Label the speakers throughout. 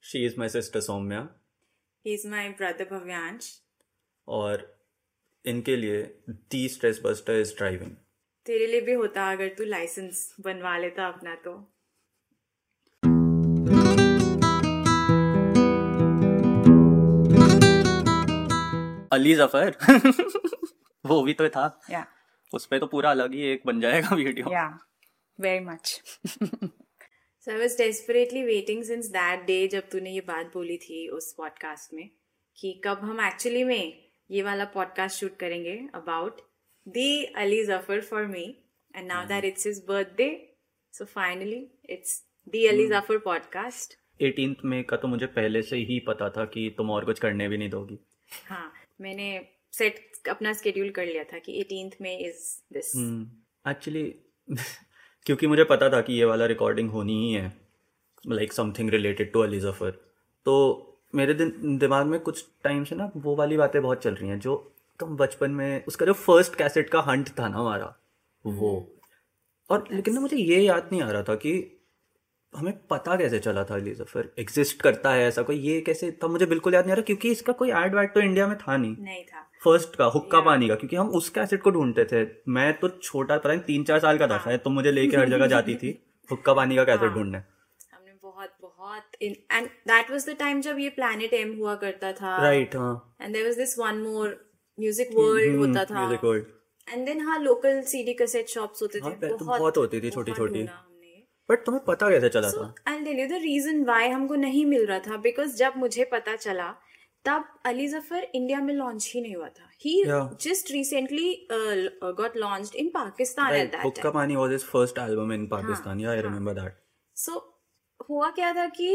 Speaker 1: She is my sister Soumya
Speaker 2: He's my brother Bhavyansh.
Speaker 1: और इनके लिए the stress buster is driving
Speaker 2: तेरे लिए भी होता अगर तू लाइसेंस बनवा लेता अपना तो
Speaker 3: अली जफर वो भी तो था
Speaker 2: या
Speaker 3: उस पे तो पूरा अलग ही एक बन जाएगा वीडियो
Speaker 2: या very much so I was desperately waiting since that day जब तूने ये बात बोली थी उस पॉडकास्ट में कि कब हम एक्चुअली में ये वाला पॉडकास्ट शूट करेंगे about the Ali Zafar for me and now that it's his birthday so finally it's the Ali Zafar podcast
Speaker 1: 18th में का तो मुझे पहले से ही पता था कि तुम और कुछ करने भी नहीं दोगी
Speaker 2: हाँ मैंने सेट अपना स्केड्यूल कर लिया था कि 18th में is this
Speaker 1: hmm. Actually Hmm. क्योंकि मुझे पता था कि ये वाला रिकॉर्डिंग होनी ही है like something related to Ali Zafar तो मेरे दिन दिमाग में कुछ टाइम से ना वो वाली बातें बहुत चल रही हैं जो तुम बचपन में उसका जो फर्स्ट कैसेट का हंट था ना हमारा वो और लेकिन ना मुझे ये याद नहीं आ रहा था कि हमें पता कैसे चला था अली जफर एग्जिस्ट करता है ऐसा कोई ये कैसे तब मुझे बिल्कुल याद नहीं आ रहा क्योंकि इसका कोई एड वैड तो इंडिया में था नहीं
Speaker 2: नहीं था
Speaker 1: फर्स्ट का हुक्का पानी का क्योंकि हम उस कैसेट को ढूंढते थे मैं तो छोटा पता नहीं तीन चार साल का था शायद तो मुझे लेके हर जगह जाती थी हुक्का पानी का
Speaker 2: हाँ।
Speaker 1: कैसेट ढूंढने
Speaker 2: हमने बहुत बहुत and that was the time जब ये प्लेनेट एम हुआ करता था
Speaker 1: राइट हाँ
Speaker 2: and there was this one more music
Speaker 1: hmm,
Speaker 2: world होता था
Speaker 1: म्यूजिक वर्ल्ड
Speaker 2: एंड देन हाँ लोकल सीडी कैसेट शॉप्स होते थे
Speaker 1: हाँ, पहले तो बहुत होती थी, छोटी- छोटी।
Speaker 2: आई
Speaker 1: बट तुम्हें पता कैसे चला था
Speaker 2: tell you the reason why हमको नहीं मिल रहा था बिकॉज जब मुझे पता चला तब अली जफर इंडिया में लॉन्च ही नहीं हुआ था ही
Speaker 1: Yeah.
Speaker 2: Just recently got launch in Pakistan at
Speaker 1: right
Speaker 2: that
Speaker 1: Huqa Pani was his first album
Speaker 2: हाँ।
Speaker 1: In Pakistan yeah I remember that
Speaker 2: so हुआ क्या था कि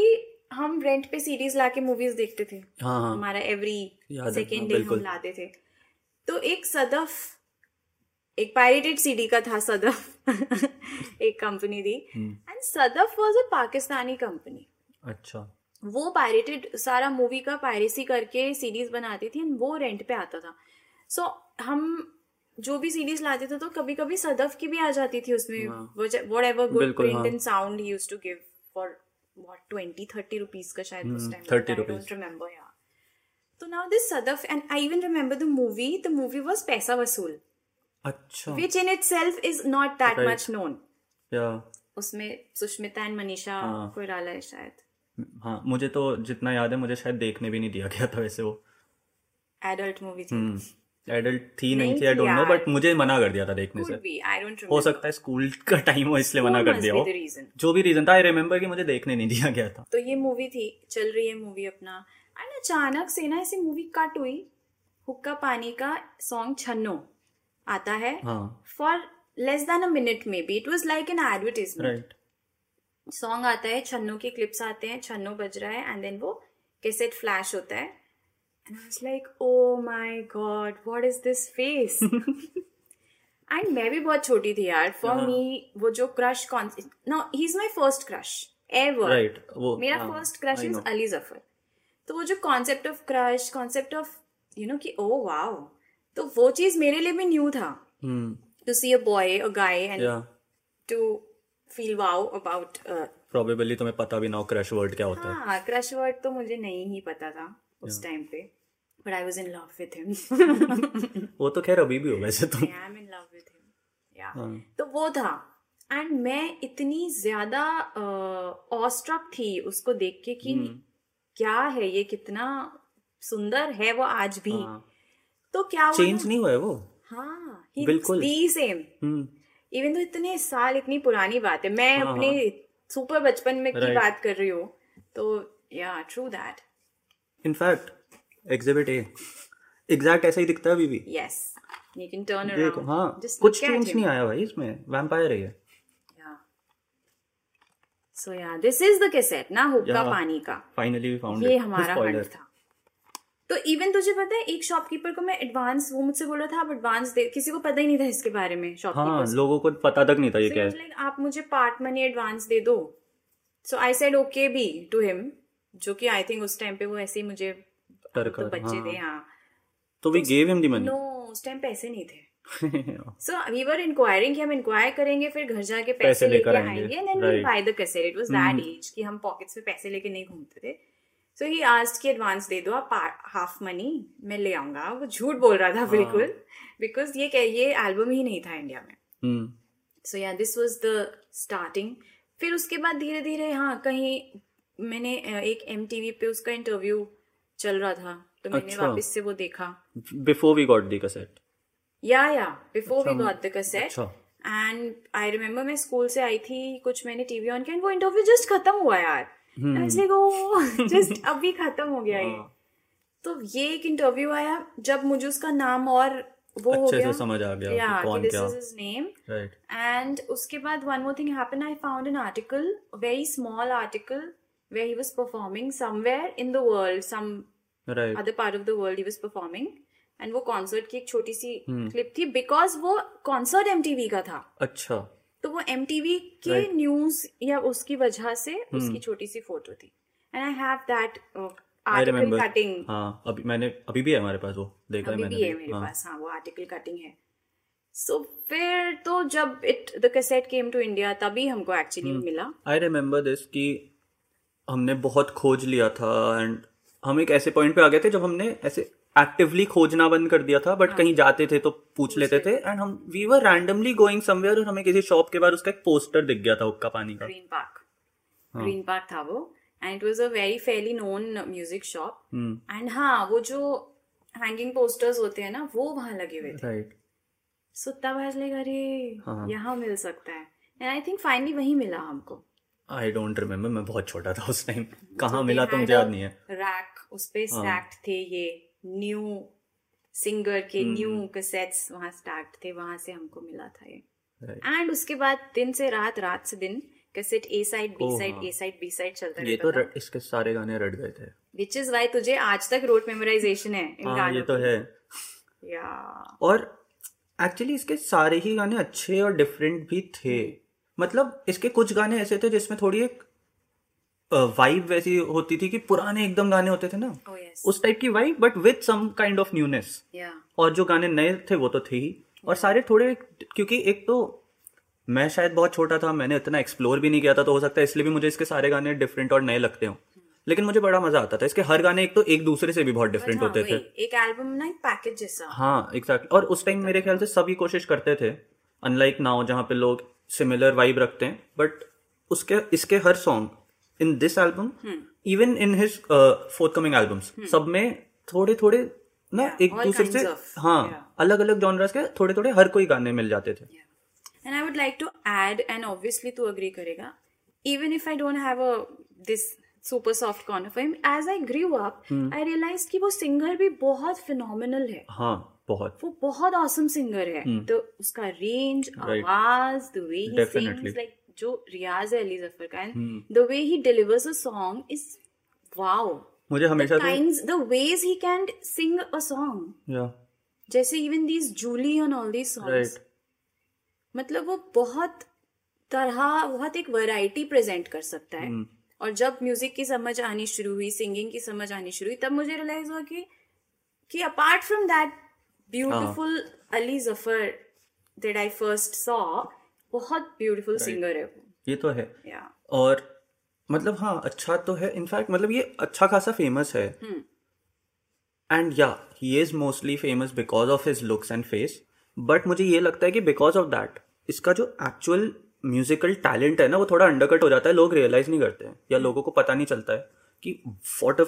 Speaker 2: हम रेंट पे सीरीज लाके मूवीज देखते थे
Speaker 1: हाँ हाँ
Speaker 2: हमारा एवरी
Speaker 1: याद है,
Speaker 2: सेकेंड
Speaker 1: हाँ,
Speaker 2: डे हम
Speaker 1: बिल्कुल।
Speaker 2: लाते थे तो एक सदफ एक पायरेटेड सीडी का था सदफ एक कंपनी थी
Speaker 1: hmm,
Speaker 2: and Sadaf was a Pakistani company
Speaker 1: अच्छा
Speaker 2: वो पायरेटेड सारा मूवी का पायरेसी करके सीरीज बनाती थी एंड वो रेंट पे आता था सो so, हम जो भी सीरीज लाते थे तो कभी कभी सदफ की भी आ जाती थी उसमें
Speaker 1: हाँ।
Speaker 2: वट एवर गुड
Speaker 1: बिल्कुल,
Speaker 2: प्रिंट
Speaker 1: हाँ।
Speaker 2: And sound use to give for what twenty thirty rupees का शायद उस
Speaker 1: hmm,
Speaker 2: time
Speaker 1: 30 rupees.
Speaker 2: Remember yeah तो now this Sadaf and I even remember the movie the movie was पैसा वसूल
Speaker 1: अच्छा
Speaker 2: which in itself is not that
Speaker 1: Right.
Speaker 2: Much known
Speaker 1: या
Speaker 2: उसमें Sushmita and Manisha
Speaker 1: हाँ।
Speaker 2: कोयराला है शायद
Speaker 1: हाँ मुझे तो जितना याद है मुझे शायद देखने भी नहीं दिया गया था वैसे वो
Speaker 2: एडल्ट मूवी थी
Speaker 1: हम्म। एडल्ट थी नहीं
Speaker 2: नहीं
Speaker 1: थी आई डोंट नो
Speaker 2: यार।
Speaker 1: बट मुझे मना कर दिया था देखने से
Speaker 2: could be i don't remember
Speaker 1: हो सकता है स्कूल का टाइम हो इसलिए मना कर
Speaker 2: must
Speaker 1: दिया
Speaker 2: be
Speaker 1: हो
Speaker 2: the reason.
Speaker 1: जो भी रीजन था आई रिमेम्बर कि मुझे देखने नहीं दिया गया था
Speaker 2: तो ये मूवी थी चल रही है मूवी अपना एंड अचानक से ना ऐसी मूवी कट हुई हुक्का पानी का सॉन्ग छन्नो आता है
Speaker 1: हाँ
Speaker 2: for less than a minute में be it was like an advertisement
Speaker 1: right
Speaker 2: song आता है छन्नो के क्लिप्स आते हैं छन्नो बज रहा है एंड देन वो कैसेट फ्लैश होता है and I was like oh my God what is this face and मैं भी बहुत छोटी थी यार फॉर
Speaker 1: हाँ।
Speaker 2: मी वो जो क्रश कौन no he is my first crush ever
Speaker 1: right वो हाँ,
Speaker 2: मेरा first crush is Ali Zafar तो वो जो concept of crush concept of you know कि ओ वाओ तो वो चीज मेरे लिए भी न्यू था
Speaker 1: hmm,
Speaker 2: to see a boy a guy and
Speaker 1: yeah
Speaker 2: to feel wow about
Speaker 1: probably तुम्हें पता भी ना हो क्रश वर्ड क्या होता है
Speaker 2: हाँ क्रश वर्ड तो मुझे नहीं ही पता था उस टाइम पे but I was in love with him
Speaker 1: वो तो खैर अभी भी हो वैसे तुम
Speaker 2: I am in love with him yeah
Speaker 1: हाँ,
Speaker 2: तो वो था एंड मैं इतनी ज्यादा ऑस्ट्रक थी उसको देख के कि
Speaker 1: Hmm.
Speaker 2: क्या है ये कितना सुंदर है वो आज भी
Speaker 1: हाँ।
Speaker 2: तो क्या हुआ
Speaker 1: चेंज
Speaker 2: ना?
Speaker 1: नहीं हुआ है वो
Speaker 2: हाँ
Speaker 1: बिल्कुल।
Speaker 2: ही सेम
Speaker 1: हम्म,
Speaker 2: इवन तो इतने साल इतनी पुरानी बात है मैं
Speaker 1: हाँ,
Speaker 2: अपने सुपर बचपन में की
Speaker 1: Right.
Speaker 2: बात कर रही हूँ तो yeah true that
Speaker 1: in fact exhibit a exact ऐसा ही दिखता है अभी भी
Speaker 2: यस यू कैन टर्न
Speaker 1: देखो
Speaker 2: अराउंड
Speaker 1: हाँ कुछ चेंज नहीं आया भाई इसमें वैम्पायर है ये।
Speaker 2: So yeah this is the cassette ना हुक्का
Speaker 1: Yeah.
Speaker 2: पानी का
Speaker 1: फाइनली वी फाउंड
Speaker 2: ये हमारा हंट था तो इवन तुझे पता है एक शॉपकीपर को मैं एडवांस वो मुझसे बोल रहा था आप एडवांस दे किसी को पता ही नहीं था इसके बारे में
Speaker 1: हाँ
Speaker 2: शॉपकीपर
Speaker 1: लोगों को पता तक नहीं था ये क्या है
Speaker 2: लाइक आप मुझे पार्ट मनी एडवांस दे दो सो आई सेड ओके भी टू हिम जो कि आई थिंक उस टाइम पे वो ऐसे ही मुझे
Speaker 1: कर
Speaker 2: तो बच्चे थे
Speaker 1: हाँ
Speaker 2: हाँ
Speaker 1: तो we gave him the money
Speaker 2: no उस टाइम पैसे नहीं थे सो वी वर इंक्वायरिंग कि हम इंक्वायर करेंगे फिर घर जाके पैसे,
Speaker 1: पैसे
Speaker 2: लेकर
Speaker 1: लेकर
Speaker 2: आएंगे
Speaker 1: आएंगे,
Speaker 2: and then we
Speaker 1: right.
Speaker 2: Bye the cassette it was that age कि हम पॉकेट्स में पैसे लेके नहीं घूमते थे सो ही आस्ट की एडवांस दे दो आप हाफ मनी मैं ले आऊंगा वो झूठ बोल रहा था बिल्कुल बिकॉज ये कह- ये एल्बम ही नहीं था इंडिया में
Speaker 1: हम्म
Speaker 2: so yeah this was the starting फिर उसके बाद धीरे धीरे हाँ कहीं मैंने अ, एक एम पे उसका इंटरव्यू चल रहा था तो मैंने
Speaker 1: अच्छा।
Speaker 2: वापस से वो देखा
Speaker 1: before we got the cassette
Speaker 2: yeah yeah before we
Speaker 1: अच्छा,
Speaker 2: गॉट द कैसेट
Speaker 1: अच्छा
Speaker 2: एंड आई रिमेम्बर मैं स्कूल से आई थी कुछ मैंने टीवी ऑन किया and वो इंटरव्यू जस्ट खत्म हुआ यार
Speaker 1: Hmm.
Speaker 2: जस्ट "Oh, अभी खत्म हो गया ये
Speaker 3: हाँ।
Speaker 2: तो ये एक इंटरव्यू आया जब मुझे उसका नाम और वो हो
Speaker 1: अच्छे
Speaker 2: गया
Speaker 1: से समझ आ गया
Speaker 2: या
Speaker 1: कि
Speaker 2: कि
Speaker 1: कौन
Speaker 2: दिस
Speaker 1: क्या
Speaker 2: is his name
Speaker 1: right
Speaker 2: And उसके बाद one more thing happened. I found an article, a very small article, where he was performing somewhere in the world, some
Speaker 1: right
Speaker 2: other part of the world he was performing. And वो concert की एक छोटी सी
Speaker 1: हम्म।
Speaker 2: clip थी because वो concert MTV का था.
Speaker 1: अच्छा
Speaker 2: तो वो MTV के
Speaker 1: Right. Hmm.
Speaker 2: news या उसकी वजह से उसकी छोटी सी फोटो थी. And I have that uh,
Speaker 1: I
Speaker 2: article
Speaker 1: remember
Speaker 2: cutting.
Speaker 1: हाँ अभी मैंने अभी भी है हमारे पास वो देखा है
Speaker 2: अभी
Speaker 1: मैंने
Speaker 2: भी है मेरे
Speaker 1: हाँ,
Speaker 2: पास हाँ वो आर्टिकल कटिंग है सो फिर तो जब it the cassette came to India तभी हमको एक्चुअली
Speaker 1: Hmm.
Speaker 2: मिला
Speaker 1: आई रिमेम्बर दिस कि हमने बहुत खोज लिया था एंड हम एक ऐसे पॉइंट पे आ गए थे जब हमने ऐसे एक्टिवली खोजना बंद कर दिया था बट
Speaker 2: हाँ।
Speaker 1: कहीं जाते थे तो पूछ लेते थे एंड हम we were randomly going somewhere और हमें किसी शॉप के बाहर उसका एक पोस्टर दिख गया था हुक्का पानी का
Speaker 2: ग्रीन पार्क
Speaker 1: हाँ।
Speaker 2: ग्रीन पार्क था वो and it was a very fairly known music shop
Speaker 1: hmm
Speaker 2: and हाँ वो जो हैंगिंग पोस्टर्स होते हैं ना वो वहां लगे हुए थे
Speaker 1: राइट
Speaker 2: सो तब आज लगे
Speaker 1: Hmm. हाँ।
Speaker 2: अरे यहाँ मिल सकता है एंड आई थिंक फाइनली वही मिला हमको
Speaker 1: आई डोंट रिमेम्बर मैं बहुत छोटा था उस टाइम कहाँ मिला तो मुझे याद नहीं है
Speaker 2: रैक उस पे
Speaker 1: हाँ।
Speaker 2: स्टैक्ड थे ये न्यू सिंगर के
Speaker 1: हम्म।
Speaker 2: न्यू कैसेट्स वहां स्टैक्ड थे वहां से हमको मिला था ये
Speaker 1: Right.
Speaker 2: एंड उसके बाद दिन से रात रात से दिन cassette A side B
Speaker 1: oh,
Speaker 2: side
Speaker 1: हाँ।
Speaker 2: ए साइड बी साइड चलता
Speaker 1: ये तो
Speaker 2: रहता था
Speaker 1: रट- इसके सारे गाने रट गए थे
Speaker 2: विच इज वाई तुझे आज तक रोट मेमोराइजेशन है इन
Speaker 1: हाँ ये तो है
Speaker 2: या
Speaker 1: और एक्चुअली इसके सारे ही गाने अच्छे और डिफरेंट भी थे मतलब इसके कुछ गाने ऐसे थे जिसमें थोड़ी एक वाइब वैसी होती थी कि पुराने एकदम गाने होते थे ना
Speaker 2: ओ यस
Speaker 1: उस टाइप की vibe but with some kind of newness
Speaker 2: या
Speaker 1: और जो गाने नए थे वो तो थे ही और सारे थोड़े क्योंकि एक तो मैं शायद बहुत छोटा था मैंने इतना एक्सप्लोर भी नहीं किया था तो हो सकता है इसलिए भी मुझे इसके सारे गाने डिफरेंट और नए लगते हों लेकिन मुझे बड़ा मजा आता था इसके हर गाने एक तो एक दूसरे से भी बहुत डिफरेंट
Speaker 2: अच्छा,
Speaker 1: होते थे
Speaker 2: हाँ, एक एल्बम ना एक पैकेज जैसा
Speaker 1: हाँ एग्जैक्टली और उस टाइम मेरे ख्याल से सभी कोशिश करते थे अनलाइक नाउ जहाँ पे लोग सिमिलर वाइब रखते हैं बट उसके इसके हर song in this album
Speaker 2: hmm.
Speaker 1: Even in his forthcoming albums uh, सब में थोड़े थोड़े ना
Speaker 2: Hmm. Yeah,
Speaker 1: एक
Speaker 2: all
Speaker 1: दूसरे
Speaker 2: kinds
Speaker 1: से
Speaker 2: of, yeah.
Speaker 1: हाँ अलग अलग जॉनर्स के थोड़े थोड़े हर कोई गाने मिल जाते थे
Speaker 2: And I would like to add, and obviously to agree karega, even if I don't have a this super soft corner for him, as I grew up,
Speaker 1: Hmm.
Speaker 2: I realized कि वो singer भी बहुत phenomenal है.
Speaker 1: हाँ बहुत
Speaker 2: वो बहुत awesome singer है. तो उसका range,
Speaker 1: Hmm. Right.
Speaker 2: आवाज, the way he
Speaker 1: Definitely. Hmm.
Speaker 2: sings, like जो रियाज है अली जफर का, and the way he delivers a song is wow.
Speaker 1: मुझे हमेशा से
Speaker 2: Kinds, the ways he can sing a song.
Speaker 1: Right
Speaker 2: जैसे even these Julie and all these songs. मतलब वो बहुत तरह बहुत एक वैरायटी प्रेजेंट कर सकता
Speaker 1: हम्म।
Speaker 2: है और जब म्यूजिक की समझ आनी शुरू हुई सिंगिंग की समझ आनी शुरू हुई तब मुझे रियलाइज हुआ कि कि अपार्ट फ्रॉम दैट ब्यूटीफुल
Speaker 1: हाँ।
Speaker 2: Ali Zafar that I first saw बहुत ब्यूटीफुल सिंगर है वो
Speaker 1: ये तो है
Speaker 2: या
Speaker 1: और मतलब हाँ अच्छा तो है इनफैक्ट मतलब ये अच्छा खासा फेमस है एंड या he is mostly famous because of his looks and face but मुझे ये लगता है कि बिकॉज ऑफ दैट इसका जो एक्चुअल म्यूजिकल टैलेंट है ना वो थोड़ा अंडरकट हो जाता है लोग रियलाइज नहीं करते हैं या लोगों को पता नहीं चलता है कि what a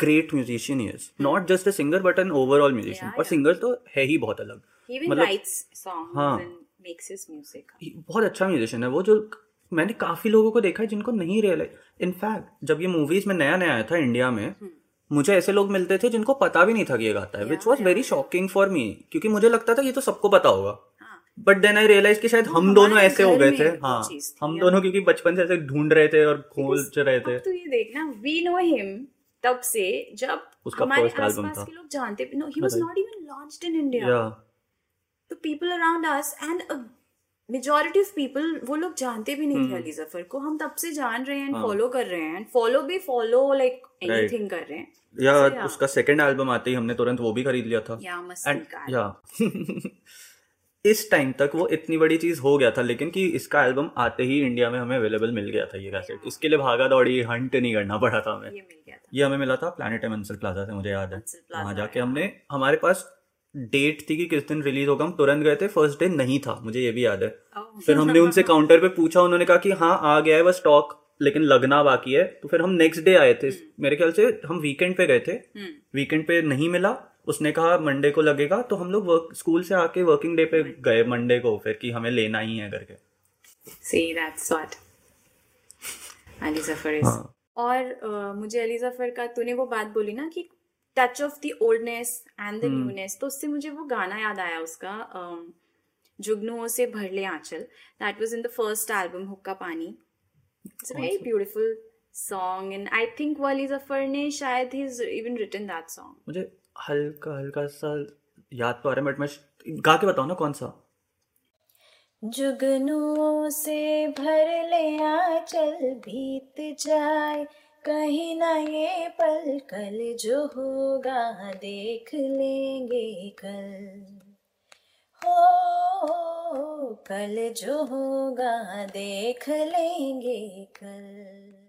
Speaker 1: great musician he is not just a singer but an overall musician और सिंगर तो है ही बहुत अलग
Speaker 2: ही इवन
Speaker 1: मतलब-
Speaker 2: राइट्स सॉन्ग्स
Speaker 1: हाँ।
Speaker 2: एंड मेक्स हिज म्यूजिक
Speaker 1: बहुत अच्छा म्यूजिशियन है वो जो मैंने काफी लोगों को देखा है जिनको नहीं रियलाइज इनफैक्ट जब ये मूवीज में नया नया आया था इंडिया में
Speaker 2: हम्म।
Speaker 1: मुझे ऐसे लोग मिलते थे जिनको पता भी नहीं था कि ये गाता है which was very shocking for me क्योंकि मुझे लगता था ये तो सबको पता होगा
Speaker 2: हाँ।
Speaker 1: बट देन आई रियलाइज कि शायद हम दोनों
Speaker 2: हमारे
Speaker 1: ऐसे हो
Speaker 2: घर
Speaker 1: गए
Speaker 2: में
Speaker 1: थे
Speaker 2: वो
Speaker 1: हाँ
Speaker 2: चीज़ थी,
Speaker 1: हम
Speaker 2: yeah.
Speaker 1: दोनों क्योंकि बचपन से ऐसे ढूंढ रहे थे और खोज रहे थे
Speaker 2: अब तो ये देखना वी नो हिम तब से जब
Speaker 1: उसका
Speaker 2: हमारे
Speaker 1: first album
Speaker 2: आसपास
Speaker 1: था। हाँ
Speaker 2: के लोग जानते no he was
Speaker 1: Right.
Speaker 2: Not even launched in India
Speaker 1: या
Speaker 2: the तो people around us and a majority of people वो लोग जानते भी नहीं थे अली जफर को हम तब से जान रहे हैं एंड फॉलो कर रहे हैं एंड फॉलो भी फॉलो लाइक एनीथिंग कर रहे हैं
Speaker 1: या उसका सेकंड एल्बम आते ही हमने तुरंत वो भी खरीद लिया था
Speaker 2: या मस्त
Speaker 1: एंड
Speaker 2: निकाल
Speaker 1: या इस टाइम तक वो इतनी बड़ी चीज हो गया था लेकिन कि इसका एल्बम आते ही इंडिया में हमें अवेलेबल मिल गया था ये कैसेट इसके लिए भागा दौड़ी हंट नहीं करना पड़ा था हमें
Speaker 2: ये मिल गया था
Speaker 1: ये हमें मिला था प्लानिट एमंसल प्लाजा से मुझे याद है
Speaker 2: Pencil Plaza
Speaker 1: वहां
Speaker 2: में।
Speaker 1: जाके हमने हमारे पास डेट थी कि किस दिन रिलीज होगा हम तुरंत गए थे फर्स्ट डे नहीं था मुझे ये भी याद है
Speaker 2: Oh.
Speaker 1: फिर हमने उनसे काउंटर पे पूछा उन्होंने कहा कि हाँ आ गया है बस स्टॉक लेकिन लगना बाकी है तो फिर हम नेक्स्ट डे आए थे
Speaker 2: Hmm.
Speaker 1: मेरे ख्याल से हम वीकेंड पे गए थे
Speaker 2: हम्म,
Speaker 1: वीकेंड पे नहीं मिला उसने कहा मंडे को लगेगा तो हम लोग वर्क स्कूल से आके वर्किंग डे पे गए मंडे को फिर कि हमें लेना ही है करके
Speaker 2: see that's what Ali Zafar is
Speaker 1: हाँ
Speaker 2: और अ, मुझे अली जफर का तूने वो बात बोली ना कि touch of the oldness and the
Speaker 1: hmm.
Speaker 2: Newness तो उससे मुझे वो गाना याद आया उसका अम, जुगनुओं से भर ले आंचल that was in the first album Huqa Pani it's very beautiful song and I think वो अली जफर ने शायद ही इवन रिटन दैट सॉन्ग
Speaker 1: मुझे हल्का हल्का सा याद तो आ रहा है बट मैं गा के बताऊँ ना कौन सा
Speaker 4: जुगनुओं से भर ले आंचल बीत जाए कहीं ना ये पल कल जो होगा देख लेंगे कल हो कल जो होगा देख लेंगे कल